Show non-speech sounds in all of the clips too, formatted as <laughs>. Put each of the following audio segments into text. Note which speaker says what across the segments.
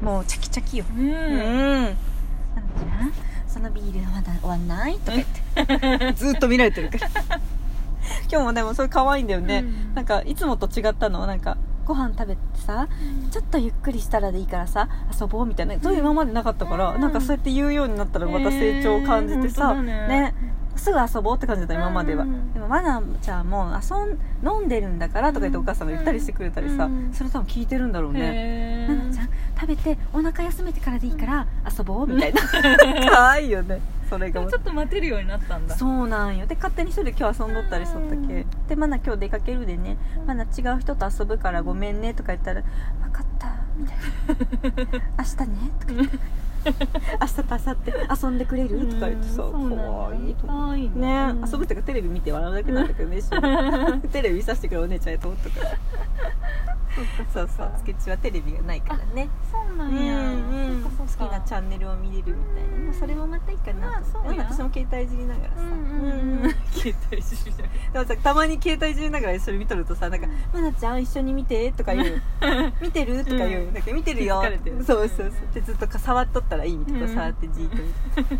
Speaker 1: もうチャキチャキよ、
Speaker 2: う
Speaker 1: うんんあんちゃんそのビールはまだ終わんないとか言って <laughs> ずっと見られてるから <laughs> 今日もでもそれ可愛いんだよね、
Speaker 2: うん
Speaker 1: なんかいつもと違ったのはなんかご飯食べてさちょっとゆっくりしたらでいいからさ遊ぼうみたいなそういう今までなかったから、
Speaker 2: うん
Speaker 1: なんかそうやって言うようになったらまた成長を感じてさ、
Speaker 2: えー本当だね
Speaker 1: ねすぐ遊ぼうって感じだった今までは、
Speaker 2: うん
Speaker 1: でもまだちゃんもう遊ん飲んでるんだからとか言ってお母さんが言ったりしてくれたりさ、
Speaker 2: うん
Speaker 1: それ多分聞いてるんだろうね、
Speaker 2: へ
Speaker 1: ななちゃん食べてお腹休めてからでいいから遊ぼうみたいな <laughs> 可愛いよねそれ
Speaker 2: で
Speaker 1: が
Speaker 2: もちょっと待てるようになったんだ
Speaker 1: そうなんよで勝手に一人で今日遊んどったりしとったけ、
Speaker 2: うん
Speaker 1: でマナ今日出かけるでねマナ違う人と遊ぶからごめんねとか言ったら「分かった」みたい <laughs> な「明日ね」とか言 <laughs> って「明日と明後日遊んでくれる?」とか言ってさ
Speaker 2: うんそうなんだ
Speaker 1: 可愛いと思う
Speaker 2: 可愛い
Speaker 1: ね、
Speaker 2: ね
Speaker 1: 遊ぶっていうかテレビ見て笑うだけなんだけ <laughs> どね一緒にテレビ見させてくれお姉ちゃんやと思ったからそうそうつけちはテレビがないからね
Speaker 2: そうな
Speaker 1: うん
Speaker 2: や
Speaker 1: んうん、好きなチ
Speaker 2: ゃ
Speaker 1: ャンネルを見れるみたいな、まあ、それもまたいいかな
Speaker 2: まあそうや
Speaker 1: ん私も携帯いじりながらさ、
Speaker 2: うんうんうん
Speaker 1: 携帯いじりながらでもさたまに携帯いじりながら一緒に見とるとさ「なんかまなちゃん一緒に見て」とか言う「見てる?」とか言う、
Speaker 2: うん
Speaker 1: なんか見てるよ
Speaker 2: 気づかれてる
Speaker 1: そうそうそうでずっとか触っとったらいいみたいな、
Speaker 2: うん
Speaker 1: 触ってじーっと見て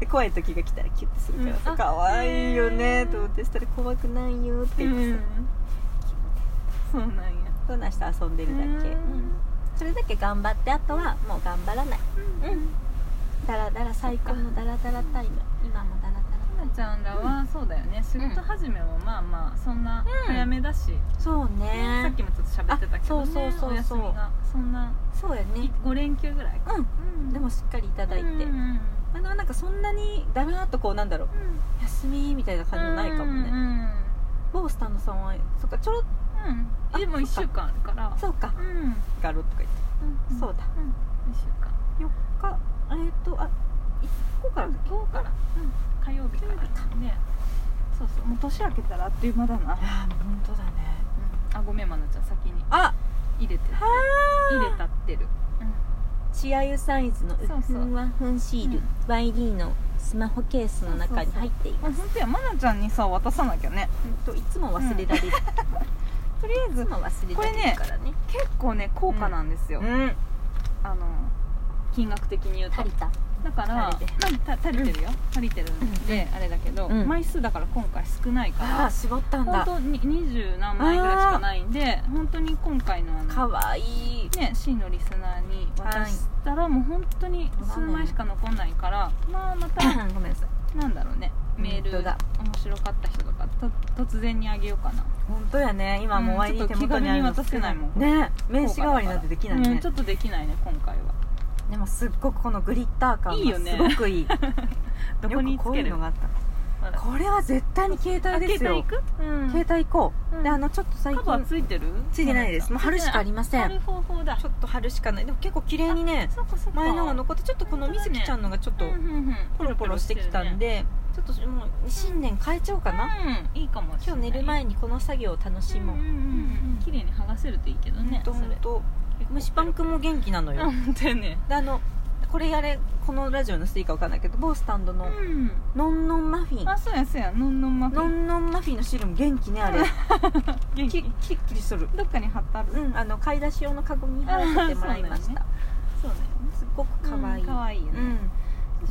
Speaker 1: で怖い時が来たらキュッてするから
Speaker 2: う
Speaker 1: さ
Speaker 2: ん
Speaker 1: 可愛、いよねと思ってしたら怖くないよって言ってさ、
Speaker 2: そうなんや
Speaker 1: どんな人遊んでるだけ、うんそれだけ頑張ってあとはもう頑張らないうんだらだら最高のだらだらタイム今もだらだら
Speaker 2: ひなちゃんらはそうだよね仕事始めもまあまあそんな
Speaker 1: うん
Speaker 2: 早めだし、
Speaker 1: そう
Speaker 2: さっきもちょっと喋ってたけど、ね、
Speaker 1: あそうそうそうそう
Speaker 2: お休みがそんな
Speaker 1: そうやね
Speaker 2: 5連休ぐらいか、
Speaker 1: うん
Speaker 2: うん
Speaker 1: でもしっかりいた
Speaker 2: い
Speaker 1: だいて、
Speaker 2: うん
Speaker 1: あのなんかそんなにだらーっとこうなんだろう休みみたいな感じもないかもね、
Speaker 2: うんうん
Speaker 1: 某スタンドさんはそっかちょろっ
Speaker 2: うん、でも1週間あるから
Speaker 1: そうか
Speaker 2: うん
Speaker 1: ガロとか言って
Speaker 2: うん
Speaker 1: そうだ
Speaker 2: うん、1週間
Speaker 1: かえっ、とあ1個からだっけ
Speaker 2: 今日から、火曜日からねそうそうもう年明けたらあっという間だな、うん、
Speaker 1: ああ本当だね
Speaker 2: あごめんまなちゃん先に
Speaker 1: あ
Speaker 2: 入れて
Speaker 1: は
Speaker 2: 入
Speaker 1: ー
Speaker 2: れたってる、
Speaker 1: チアユサイズのウ
Speaker 2: そう
Speaker 1: ッ
Speaker 2: そう
Speaker 1: フンワンフンシール、
Speaker 2: うん
Speaker 1: YD のスマホケースの中に入っています
Speaker 2: あ本当やまなちゃんにさ渡さなきゃね
Speaker 1: ほんといつも忘れられる、い
Speaker 2: とりあえ
Speaker 1: つ
Speaker 2: ず
Speaker 1: も忘れられるからね
Speaker 2: 結構ね高価なんですよ、
Speaker 1: うん
Speaker 2: あの金額的に言うと
Speaker 1: 足りた
Speaker 2: だからまあ
Speaker 1: 足りて
Speaker 2: た足りてるよ、足りてるんで、あれだけど、
Speaker 1: うん
Speaker 2: 枚数だから今回少ない
Speaker 1: あ
Speaker 2: か
Speaker 1: あ絞った
Speaker 2: ら
Speaker 1: んだ
Speaker 2: 本当に20何枚ぐらいしかないんで本当に今回のあの
Speaker 1: かわ
Speaker 2: <coughs>
Speaker 1: いい
Speaker 2: ね、C のリスナーに渡したらもう本当に数枚しか残んないから、まあまた
Speaker 1: ごめんなさい
Speaker 2: なんだろうねメー
Speaker 1: 本
Speaker 2: ル
Speaker 1: 当
Speaker 2: 面
Speaker 1: だ
Speaker 2: 白かった人とかと突然にあげようかな
Speaker 1: 本当やね今もう
Speaker 2: うん
Speaker 1: YD、
Speaker 2: ちょっと
Speaker 1: 手元にあるの
Speaker 2: 気軽に渡せないもん
Speaker 1: ね名刺代わりなんてできないね、
Speaker 2: うんちょっとできないね今回は
Speaker 1: でもすっごくこのグリッター感
Speaker 2: いいよね
Speaker 1: がすごくいい
Speaker 2: <laughs> どこに
Speaker 1: よく
Speaker 2: つ
Speaker 1: こうい
Speaker 2: け
Speaker 1: う
Speaker 2: る
Speaker 1: のがあった
Speaker 2: まだ
Speaker 1: これは絶対に携
Speaker 2: あ
Speaker 1: 帯です
Speaker 2: 携帯
Speaker 1: よ
Speaker 2: 行く、うん、
Speaker 1: 携帯行こう、
Speaker 2: うん
Speaker 1: であのちょっと最
Speaker 2: カバー
Speaker 1: 近
Speaker 2: ついてる
Speaker 1: ついてないですもう春しかありません
Speaker 2: 春方法だ
Speaker 1: ちょっと春しかないでも結構綺麗にね
Speaker 2: そうかそうか
Speaker 1: 前のが残ってちょっとこのみずきちゃんのがちょっと
Speaker 2: うんうんうん
Speaker 1: ポロポロしてきたんで、ちょっともう新年変えちゃおうかな、
Speaker 2: うんいいかもしれ
Speaker 1: 今
Speaker 2: な
Speaker 1: 日
Speaker 2: い
Speaker 1: 寝る前にこの作業を楽しもう、
Speaker 2: うんうんうんうん綺麗に剥がせるといいけどね
Speaker 1: ほんとほんと虫パンくんも元気なのよ、
Speaker 2: 本当よね
Speaker 1: であのこれやれこのラジオのしていいかわかんないけど某スタンドの
Speaker 2: うん
Speaker 1: のんのんマフィン
Speaker 2: あそうやそうやのんのんマフィ
Speaker 1: の
Speaker 2: ン
Speaker 1: んのんマフィンの汁も元気ねあれき
Speaker 2: 元気
Speaker 1: きっきりする
Speaker 2: どっかに貼ってある
Speaker 1: うんあの買い出し用のカゴに入れてもらいまし
Speaker 2: あそうな
Speaker 1: た、
Speaker 2: んそうだよね
Speaker 1: すっごく可愛い、
Speaker 2: うん可愛いよね
Speaker 1: うん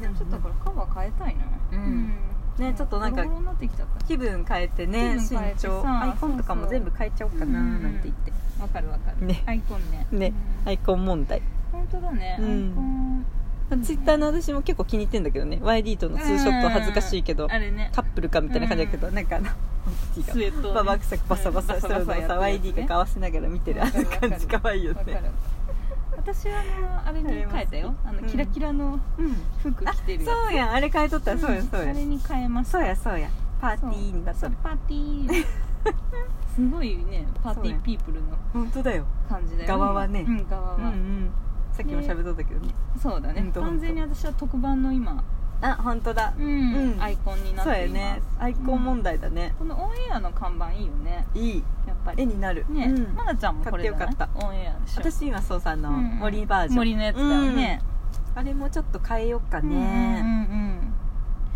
Speaker 2: でもちょっとこれカバー変えたいな
Speaker 1: うんねちょっとなんか
Speaker 2: ボロボロになってきちゃっ
Speaker 1: 気分変えてね
Speaker 2: 気分変え
Speaker 1: 身
Speaker 2: てさ
Speaker 1: 長アイコンとかも全部変えちゃおうかな
Speaker 2: そうそう
Speaker 1: なんて言って、
Speaker 2: たわかるわかる
Speaker 1: ね
Speaker 2: アイコンね
Speaker 1: ね
Speaker 2: うん
Speaker 1: アイコン問題
Speaker 2: 本当だねアイ
Speaker 1: う
Speaker 2: コ
Speaker 1: ん
Speaker 2: ン
Speaker 1: ツイッターの私も結構気に入ってんだけどね YD とのツーショット恥ずかしいけど
Speaker 2: あれね
Speaker 1: カップルかみたいな感じだけど、
Speaker 2: う
Speaker 1: なんかあの
Speaker 2: スウェットをね
Speaker 1: ババクサクバサバサ
Speaker 2: うん
Speaker 1: してるのを
Speaker 2: バサバサ
Speaker 1: さ
Speaker 2: やってるやつ
Speaker 1: YD がかわせながら見てるあの感じかわいいよ
Speaker 2: わかる
Speaker 1: ね
Speaker 2: 私はあのあれに変えたよあの
Speaker 1: うん
Speaker 2: キラキラの
Speaker 1: うん
Speaker 2: 服着てるやつ
Speaker 1: そうやんあれ変えとったらそうや
Speaker 2: ん
Speaker 1: そうや
Speaker 2: あれに変えました
Speaker 1: そうやそうやパーティーになった
Speaker 2: そう
Speaker 1: の
Speaker 2: パーティ
Speaker 1: <laughs>
Speaker 2: ーすごいねパーティーピープルの
Speaker 1: 本当だよ
Speaker 2: 感じだよ
Speaker 1: 側はね
Speaker 2: うん側は、
Speaker 1: うんうんさっきも喋っとったけどね
Speaker 2: そうだね、
Speaker 1: うんと
Speaker 2: 完全に私は特番の今、
Speaker 1: あ本当だ
Speaker 2: うん
Speaker 1: うん
Speaker 2: アイコンになっ
Speaker 1: そう
Speaker 2: て
Speaker 1: や
Speaker 2: いま
Speaker 1: ね
Speaker 2: す
Speaker 1: アイコン問題だね
Speaker 2: このオンエアの看板いいよね
Speaker 1: いい
Speaker 2: やっぱ
Speaker 1: 絵
Speaker 2: り
Speaker 1: になる
Speaker 2: ね、
Speaker 1: うん
Speaker 2: まなちゃんもこれじゃない
Speaker 1: 買ってよか
Speaker 2: オンエアでしょ
Speaker 1: 私今そうさんの
Speaker 2: うん
Speaker 1: 森バージョン
Speaker 2: 森のやつだよね、
Speaker 1: あれもちょっと変えようか
Speaker 2: うん、うん
Speaker 1: ね
Speaker 2: うん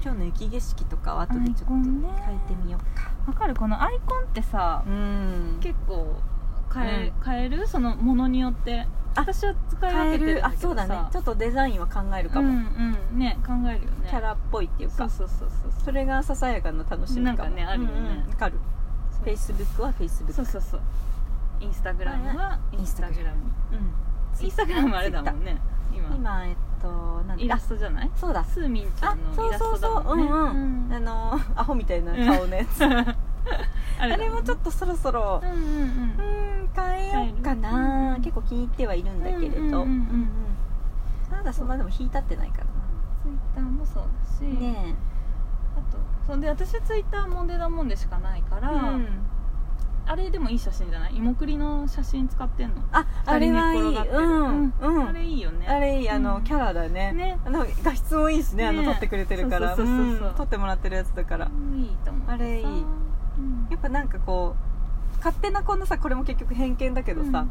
Speaker 1: 今日の雪景色とかは後でちょっと
Speaker 2: アイコンね
Speaker 1: 変えてみようか
Speaker 2: うんわかるこのアイコンってさ
Speaker 1: うん
Speaker 2: 結構変え,、変えるそのものによって
Speaker 1: あ
Speaker 2: 私は使い
Speaker 1: 変
Speaker 2: 分
Speaker 1: え
Speaker 2: けてる
Speaker 1: る
Speaker 2: んだ
Speaker 1: あ
Speaker 2: けどさ
Speaker 1: そうだねちょっとデザインは考えるかも、
Speaker 2: うんうんね考えるよね
Speaker 1: キャラっぽいっていうか
Speaker 2: そうそうそうそう
Speaker 1: それがささやかな楽しみかも
Speaker 2: なんかねあるよね
Speaker 1: うんうんわかるフェイスブックはフェイスブック
Speaker 2: そうそうそうインスタグラムはインスタグラム
Speaker 1: うん
Speaker 2: インスタグラムあれだもんね今
Speaker 1: 今えっとなんだ
Speaker 2: イラストじゃない
Speaker 1: あそうだ
Speaker 2: スーミンちゃ
Speaker 1: あ
Speaker 2: んの
Speaker 1: そ
Speaker 2: イ
Speaker 1: う
Speaker 2: ラ
Speaker 1: そ
Speaker 2: スト
Speaker 1: う
Speaker 2: だ
Speaker 1: そう、
Speaker 2: も
Speaker 1: うん
Speaker 2: ね
Speaker 1: うん、あのアホみたいな顔のやつ、
Speaker 2: うんあ
Speaker 1: あ
Speaker 2: だ
Speaker 1: れもちょっとそろそろ
Speaker 2: うんうんうん
Speaker 1: うーん変えようかな、
Speaker 2: うん
Speaker 1: 結構気に入ってはいるんだけれど、
Speaker 2: うんうんうんうん
Speaker 1: まだそんなでも引いたってないから
Speaker 2: ツイッターもそうだし、
Speaker 1: なね
Speaker 2: あとそんで私はツイッターもデダモンデしかないか
Speaker 1: え、
Speaker 2: ら、あれでもいい写真じゃない芋栗の写真使ってんの
Speaker 1: ああれはいい
Speaker 2: 二人寝
Speaker 1: う
Speaker 2: 転がってる
Speaker 1: んうん
Speaker 2: あれいいよね
Speaker 1: あれいいあの、
Speaker 2: うん
Speaker 1: キャラだね
Speaker 2: ね
Speaker 1: あの画質もいいですねあの
Speaker 2: ね
Speaker 1: 撮ってくれてるから
Speaker 2: そうそうそうそう
Speaker 1: うん撮ってもらってるやつだから
Speaker 2: いいと思う
Speaker 1: あれいい
Speaker 2: うん
Speaker 1: やっぱなんかこう勝手なこのさこれも結局偏見だけどさ、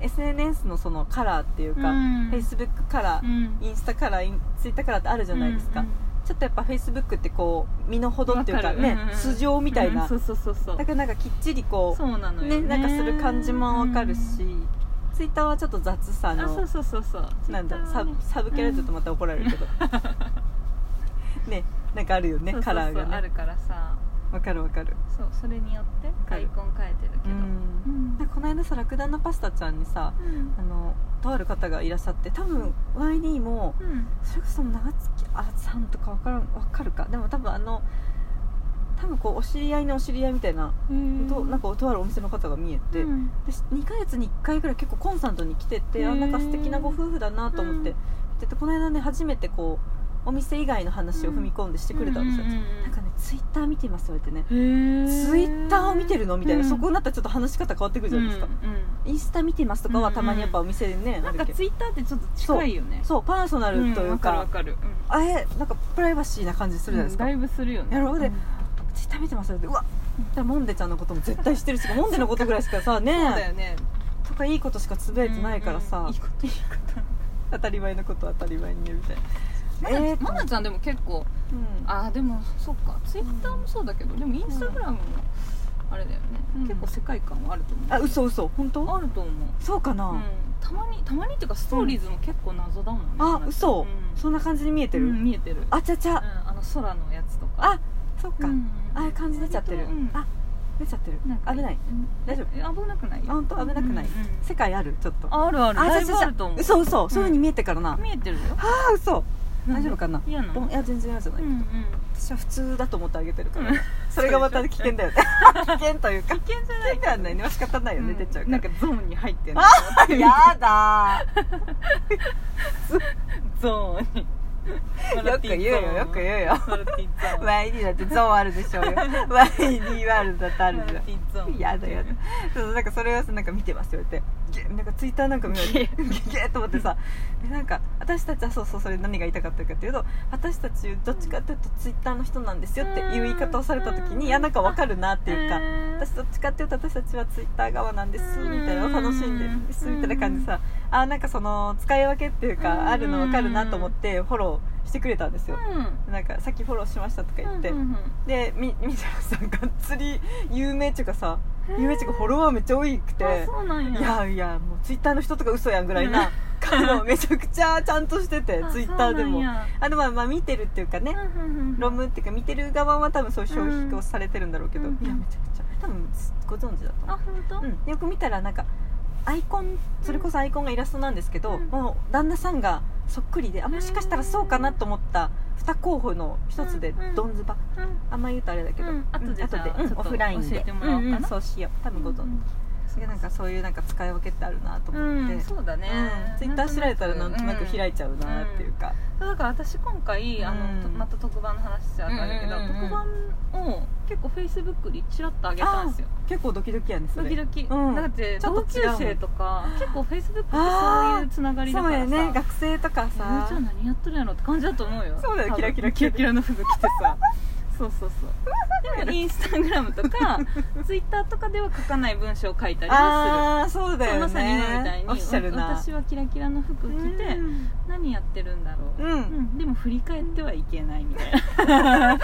Speaker 1: SNS のそのカラーっていうか、
Speaker 2: うん
Speaker 1: Facebook カラー、
Speaker 2: うん
Speaker 1: インスタカラーインツイッターカラーってあるじゃないですか、
Speaker 2: うんうん
Speaker 1: ちょっとやっぱ Facebook ってこう身の程っていうか
Speaker 2: わる
Speaker 1: ね、
Speaker 2: んん
Speaker 1: 素性みたいな、
Speaker 2: うんそうそうそうそう
Speaker 1: だからなんかきっちりこ
Speaker 2: そうな
Speaker 1: う
Speaker 2: のよ
Speaker 1: ねなんかする感じもわかるし、ツイッターはちょっと雑さ
Speaker 2: うんあそ
Speaker 1: の
Speaker 2: うそうそうそう
Speaker 1: なんだサブ
Speaker 2: ツイッターはね
Speaker 1: サブキャラちょっとまた怒られ
Speaker 2: <laughs>
Speaker 1: るけど、ねなんかあるよね
Speaker 2: そうそう
Speaker 1: カ
Speaker 2: そう
Speaker 1: ラー
Speaker 2: あ
Speaker 1: がね
Speaker 2: るからさ
Speaker 1: わかるわかる
Speaker 2: そうそれによって
Speaker 1: か
Speaker 2: ア
Speaker 1: る
Speaker 2: イコン変えてるけ
Speaker 1: う
Speaker 2: どうんん
Speaker 1: なんかこの間さラクダのパスタちゃんにさ
Speaker 2: うん
Speaker 1: あのとある方がいらっしゃって多分 YD も
Speaker 2: うん
Speaker 1: それこそ長月あさんとかわからんわかるかでも多分あの多分こうお知り合いのお知り合いみたいな、となん
Speaker 2: か
Speaker 1: かとあるお店の方が見えて、
Speaker 2: うん
Speaker 1: で2ヶ月に1回ぐらい結構コンスタントに来てて、あ
Speaker 2: へー
Speaker 1: なんか素敵なご夫婦だなと思って、
Speaker 2: うん
Speaker 1: ででこの間ね初めてこうお店以外の話を踏み込んでしてくれたんですよ、
Speaker 2: うんうんうんうん
Speaker 1: なんかねツイッター見てますよってね
Speaker 2: へー
Speaker 1: ツイッターを見てるのみたいな、
Speaker 2: うん
Speaker 1: そこになったらちょっと話し方変わってくるじゃないですか、
Speaker 2: うんうん
Speaker 1: インスタ見てますとかはたまにやっぱお店でね、
Speaker 2: な
Speaker 1: あ
Speaker 2: んか
Speaker 1: るけど
Speaker 2: ツイッターってちょっと近いよね
Speaker 1: そうパーソナルという
Speaker 2: うん
Speaker 1: か,、
Speaker 2: わかるわかる
Speaker 1: あれなんかプライバシーな感じす
Speaker 2: う
Speaker 1: る
Speaker 2: ん
Speaker 1: じゃないですか、
Speaker 2: だいぶするよね
Speaker 1: やろうで
Speaker 2: ん
Speaker 1: ツイッター見てますよってうわだからモンデちゃんのことも絶対知ってるしモンデのことぐらいしかさ
Speaker 2: そうだ
Speaker 1: ね
Speaker 2: よね
Speaker 1: とかいいことしかつぶやいてないからさ、
Speaker 2: うんうんいいこといいこと
Speaker 1: 当たり前のことは当たり前に言うみたい
Speaker 2: ま
Speaker 1: な
Speaker 2: な
Speaker 1: えー
Speaker 2: まなちゃんでも結構
Speaker 1: うん
Speaker 2: あーでもそっかツイッターもそうだけどでもインスタグラムもあれだよね、
Speaker 1: うん
Speaker 2: 結構世界観はあると思う
Speaker 1: あ嘘嘘本当
Speaker 2: あると思う、
Speaker 1: そうか
Speaker 2: うん
Speaker 1: な、
Speaker 2: たまにたまにっていうかストーリーズも結構謎だもんね、
Speaker 1: あ嘘、
Speaker 2: うん
Speaker 1: そんな感じに見えてる、
Speaker 2: うん見えてる
Speaker 1: あちゃちゃ、
Speaker 2: うんあの空のやつとか
Speaker 1: あそっか、
Speaker 2: うん
Speaker 1: ああいう感じ出ちゃってる、
Speaker 2: うん
Speaker 1: あ出ちゃってる
Speaker 2: んか
Speaker 1: 危ない
Speaker 2: うん
Speaker 1: 大丈夫
Speaker 2: え危なくないよ
Speaker 1: あ本当危なくない、
Speaker 2: うんうんうん
Speaker 1: 世界あるちょっと
Speaker 2: ああるある
Speaker 1: ち
Speaker 2: だ
Speaker 1: ゃち
Speaker 2: いぶ
Speaker 1: ゃ
Speaker 2: あ
Speaker 1: ち
Speaker 2: ると
Speaker 1: ゃ
Speaker 2: 思う
Speaker 1: 嘘嘘、
Speaker 2: ん
Speaker 1: そういう風に見えてからな
Speaker 2: 見えてるよ
Speaker 1: あ嘘大丈夫かな
Speaker 2: 嫌な
Speaker 1: どん
Speaker 2: の
Speaker 1: いや全然嫌じゃな
Speaker 2: う
Speaker 1: い、
Speaker 2: んうん
Speaker 1: 私は普通だと思ってあげてるから、
Speaker 2: うん
Speaker 1: それがまた危険だよね <laughs> 危険というか <laughs> 危険じゃない危険ではないねまあ仕方ないよね、出ちゃうから
Speaker 2: なんかゾーンに入ってんの
Speaker 1: あやだ
Speaker 2: ゾーンに
Speaker 1: よく言うよよく言うよ
Speaker 2: マルティゾ
Speaker 1: <laughs>
Speaker 2: ーン
Speaker 1: YD だってゾーンあるでしょう <laughs> よ YD ワールドだってあるじゃん
Speaker 2: ィゾ
Speaker 1: やだやだそうなんかそれをさなんか見てますよってゲなんかツイッターなんか見よう
Speaker 2: ゲ
Speaker 1: ゲゲーと思ってさでなんか私たちはそうそうそれ何が言いたかったかっていうと私たちどっちかっていうとツイッターの人なんですよっていう言い方をされた時
Speaker 2: うん
Speaker 1: にいやなんかわかるなっていうか
Speaker 2: うん
Speaker 1: 私どっちかっていうと私たちはツイッター側なんですみたいなのを楽しんでるんです
Speaker 2: うん
Speaker 1: みたいな感じでさあーなんかその使い分けっていう
Speaker 2: うん
Speaker 1: かあるのわかるなと思ってフォローしてくれたんですよ
Speaker 2: うん
Speaker 1: なんかさっきフォローしましたとか言って
Speaker 2: うんうんうん
Speaker 1: でみみちゃんさんがっつり有名っていうかさ有名っていうかフォロワーめっちゃ多く
Speaker 2: あ
Speaker 1: て
Speaker 2: そうなんや
Speaker 1: いやいやもうツイッターの人とか嘘やんぐらいな <laughs> 彼のめちゃくちゃちゃんとしてて
Speaker 2: あ
Speaker 1: ツイッターでも
Speaker 2: そうなんや
Speaker 1: あでもまあまあ見てるっていうかね
Speaker 2: うんうんうん
Speaker 1: 論文っていうか見てる側は多分そういう消費をされてるんだろうけど、
Speaker 2: うん
Speaker 1: いやめちゃくちゃ多分ご存知だと思
Speaker 2: あ本当
Speaker 1: う、うん、よく見たらなんかアイコンそれこそアイコンがイラストなんですけど、
Speaker 2: うん
Speaker 1: もう旦那さんがそっくりであもしかしたらそうかなと思った2候補の1つで
Speaker 2: うん
Speaker 1: ドンズバ
Speaker 2: うん
Speaker 1: あんま言うとあれだけど、
Speaker 2: うん後でじゃあ
Speaker 1: うん
Speaker 2: ちょっと
Speaker 1: オフラインで
Speaker 2: 教えてもらおうかな
Speaker 1: うんんそうしよう多分ご存知、でなんかそういうなんか使い分けってあるなと思って、
Speaker 2: うんそうだね
Speaker 1: ツイッター調べたらなんとなく開
Speaker 2: い
Speaker 1: いちゃうなっていうか、
Speaker 2: だから私今回あ
Speaker 1: うん
Speaker 2: のとまた特番の話しちゃうからあれだけど
Speaker 1: うんうんうんう
Speaker 2: 特番を結構フェイスブックにチラッと上げたんですよ
Speaker 1: 結構ドキドキやねそ
Speaker 2: ド
Speaker 1: れ
Speaker 2: キドキ
Speaker 1: うん
Speaker 2: だって
Speaker 1: ちょっ
Speaker 2: 同
Speaker 1: と
Speaker 2: 級
Speaker 1: 違うもん
Speaker 2: 生とか結構フェイスブックってそういうつながりだ
Speaker 1: そ
Speaker 2: か
Speaker 1: う
Speaker 2: ら
Speaker 1: や
Speaker 2: さ
Speaker 1: ね学生とか
Speaker 2: えー
Speaker 1: さ
Speaker 2: じゃあ何やっとるやろって感じだと思うよ
Speaker 1: そうだよ
Speaker 2: 多分
Speaker 1: キラキラ
Speaker 2: キラキラの服着てさ <laughs> そうそうそうでもインスタグラムと <laughs> かツイッターとかでは書かない文章を書いたり
Speaker 1: あ
Speaker 2: は
Speaker 1: あそう
Speaker 2: する
Speaker 1: だよ
Speaker 2: まさに今みたい
Speaker 1: ね
Speaker 2: に
Speaker 1: おっしゃるな
Speaker 2: 私はキラキラの服着て
Speaker 1: うん
Speaker 2: 何やってるんだろう、
Speaker 1: うん
Speaker 2: うんでも振り返ってはいけないみ
Speaker 1: <laughs>
Speaker 2: たいな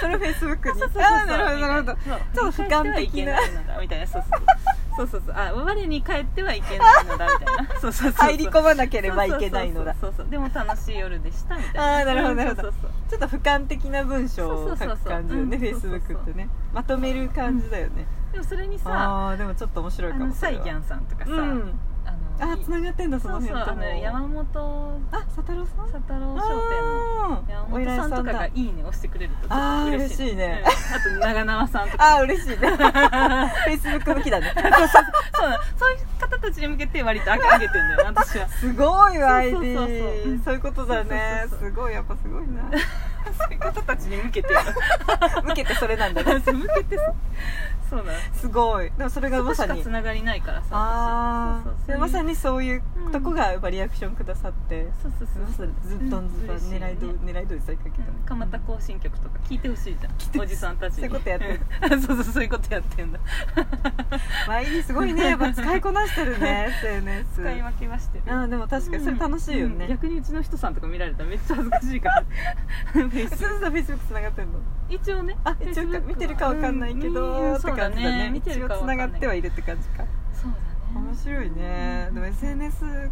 Speaker 1: それフェイスブックに
Speaker 2: そうそうそうそう
Speaker 1: あーなるほどなるほど
Speaker 2: そう
Speaker 1: ちょっと俯瞰的な
Speaker 2: 振り返ってはいけないのだみたいなそうそうそうそうそうあ我に帰ってはいけないのだみ
Speaker 1: <laughs>
Speaker 2: たいなそうそうそうそう
Speaker 1: 入り込まなければいけないのだ
Speaker 2: そうそうそうそうでも楽しい夜でしたみたいな
Speaker 1: あーなるほどなるほど
Speaker 2: そうそう
Speaker 1: ちょっと俯瞰的な文章を書く感じよねフェイ
Speaker 2: そう
Speaker 1: ス
Speaker 2: そうそ
Speaker 1: ブ
Speaker 2: う
Speaker 1: ックってねまとめる感じだよね、
Speaker 2: そうでもそれにさあ
Speaker 1: ああーでもちょっと面白いか
Speaker 2: の
Speaker 1: もそ
Speaker 2: サ
Speaker 1: れ
Speaker 2: イ
Speaker 1: は
Speaker 2: ギャンさんとかさ、
Speaker 1: うん、
Speaker 2: あ
Speaker 1: あ
Speaker 2: の
Speaker 1: ー繋がってんだそ
Speaker 2: そ
Speaker 1: の
Speaker 2: うそう
Speaker 1: 辺と
Speaker 2: あ
Speaker 1: も
Speaker 2: の山本
Speaker 1: あ佐太郎さん
Speaker 2: 佐太郎商店の
Speaker 1: あー
Speaker 2: 山本さんとか
Speaker 1: お
Speaker 2: が
Speaker 1: 偉
Speaker 2: 「
Speaker 1: い
Speaker 2: いいね」押してくれるとちょ
Speaker 1: あ
Speaker 2: っ
Speaker 1: ー
Speaker 2: と嬉しい
Speaker 1: 嬉しいね
Speaker 2: うんあと長縄さんとか
Speaker 1: あー嬉しい
Speaker 2: <laughs>
Speaker 1: ねフェイスブック向きだね
Speaker 2: そうなのそういう方たちに向けて割と上げ上げてんだよな私 <laughs> は
Speaker 1: すごいわ ID
Speaker 2: そうそうそうそううん
Speaker 1: そういうことだね
Speaker 2: そうそうそうそ
Speaker 1: すごいやっぱすごいな
Speaker 2: そういう方たちに <laughs> 向けて
Speaker 1: 向けてそれなんだね
Speaker 2: <laughs> そう向けてそうそうなの
Speaker 1: すごいでもそれが
Speaker 2: そこ
Speaker 1: ま
Speaker 2: し
Speaker 1: さ
Speaker 2: か
Speaker 1: に
Speaker 2: つながりないからさ
Speaker 1: あ
Speaker 2: そうそうそう
Speaker 1: あまさ
Speaker 2: に
Speaker 1: にそういうとこがやっぱリアクションくださって、
Speaker 2: そうそうそう
Speaker 1: まさ
Speaker 2: そう
Speaker 1: にずっと
Speaker 2: うん
Speaker 1: ずっと
Speaker 2: 嬉しいね
Speaker 1: 狙いど狙い通り再かけた、
Speaker 2: うん蒲田行進曲とか聞いてほしいじゃんおじさんたちに
Speaker 1: そういうことやってる
Speaker 2: うん <laughs> そうそうそういうことやってんだ
Speaker 1: まいいすごいねやっぱ使いこなしてるね SNS
Speaker 2: 使い分けはしてる
Speaker 1: あーでも確かにそれ楽しいよ
Speaker 2: うん
Speaker 1: ね、
Speaker 2: 逆にうちの人さんとか見られたらめっちゃ恥ずかしいから <laughs> フェイ
Speaker 1: す
Speaker 2: ス
Speaker 1: ずさんフェイスブックつながってんの
Speaker 2: 一応ね
Speaker 1: あ一応
Speaker 2: Facebook
Speaker 1: 見てるかわかんないけど、
Speaker 2: うんうん
Speaker 1: って
Speaker 2: そう
Speaker 1: 感じだ
Speaker 2: だ
Speaker 1: ね
Speaker 2: ね見て
Speaker 1: 一
Speaker 2: る
Speaker 1: 応
Speaker 2: かわ
Speaker 1: つ
Speaker 2: か
Speaker 1: なんが
Speaker 2: ない
Speaker 1: ってはいるって感じか
Speaker 2: そうだね
Speaker 1: 面白いね、
Speaker 2: うん
Speaker 1: でも SNS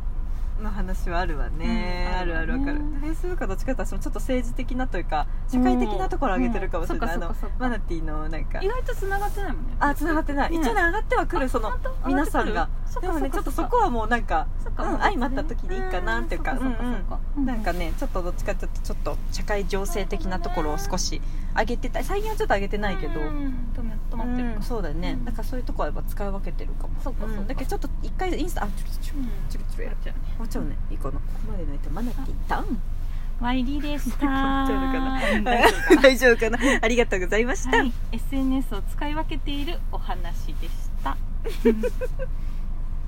Speaker 1: の話はあるわね、
Speaker 2: うん
Speaker 1: あるあるわかる
Speaker 2: あるね
Speaker 1: フェイスブックはどっちかというと私もちょっと政治的なというか社会的なところを上げてるかもしれない、
Speaker 2: うんうん
Speaker 1: あの
Speaker 2: そっかそっかそっか
Speaker 1: マナティーのなんか
Speaker 2: 意外と繋がってないもんね
Speaker 1: あ繋がってない、
Speaker 2: ね
Speaker 1: 一応ね上がってはくるその
Speaker 2: 本当
Speaker 1: 皆さんが
Speaker 2: 上
Speaker 1: で
Speaker 2: が
Speaker 1: も
Speaker 2: って
Speaker 1: ね
Speaker 2: く
Speaker 1: ちょ
Speaker 2: る
Speaker 1: っとそこはもうなんか
Speaker 2: そっか
Speaker 1: うん相まった時でいいかなっていうか
Speaker 2: んそっかそっかそっか
Speaker 1: うんなんかねちょっとどっちかっていうとちょっと社会情勢的なところを少し上げてた最近はちょっと上げてないけど、
Speaker 2: うん止め止まってる
Speaker 1: う
Speaker 2: か
Speaker 1: んそうだよね、
Speaker 2: うん
Speaker 1: だからそういうとこはやっぱ使い分けてるかも
Speaker 2: そっかそっか
Speaker 1: んだけどちょっと一回インスタあちょっとちょっとちょっとちょっとやっ
Speaker 2: ちゃうね
Speaker 1: もうちろんねいいかなここまでのいとマナティーターン
Speaker 2: ワイリーでした
Speaker 1: ちゃうのかな
Speaker 2: うん大丈夫か
Speaker 1: <laughs> 大丈
Speaker 2: な
Speaker 1: 夫かなありがとうございました、 <laughs>
Speaker 2: はい、SNS を使い分けているお話でした。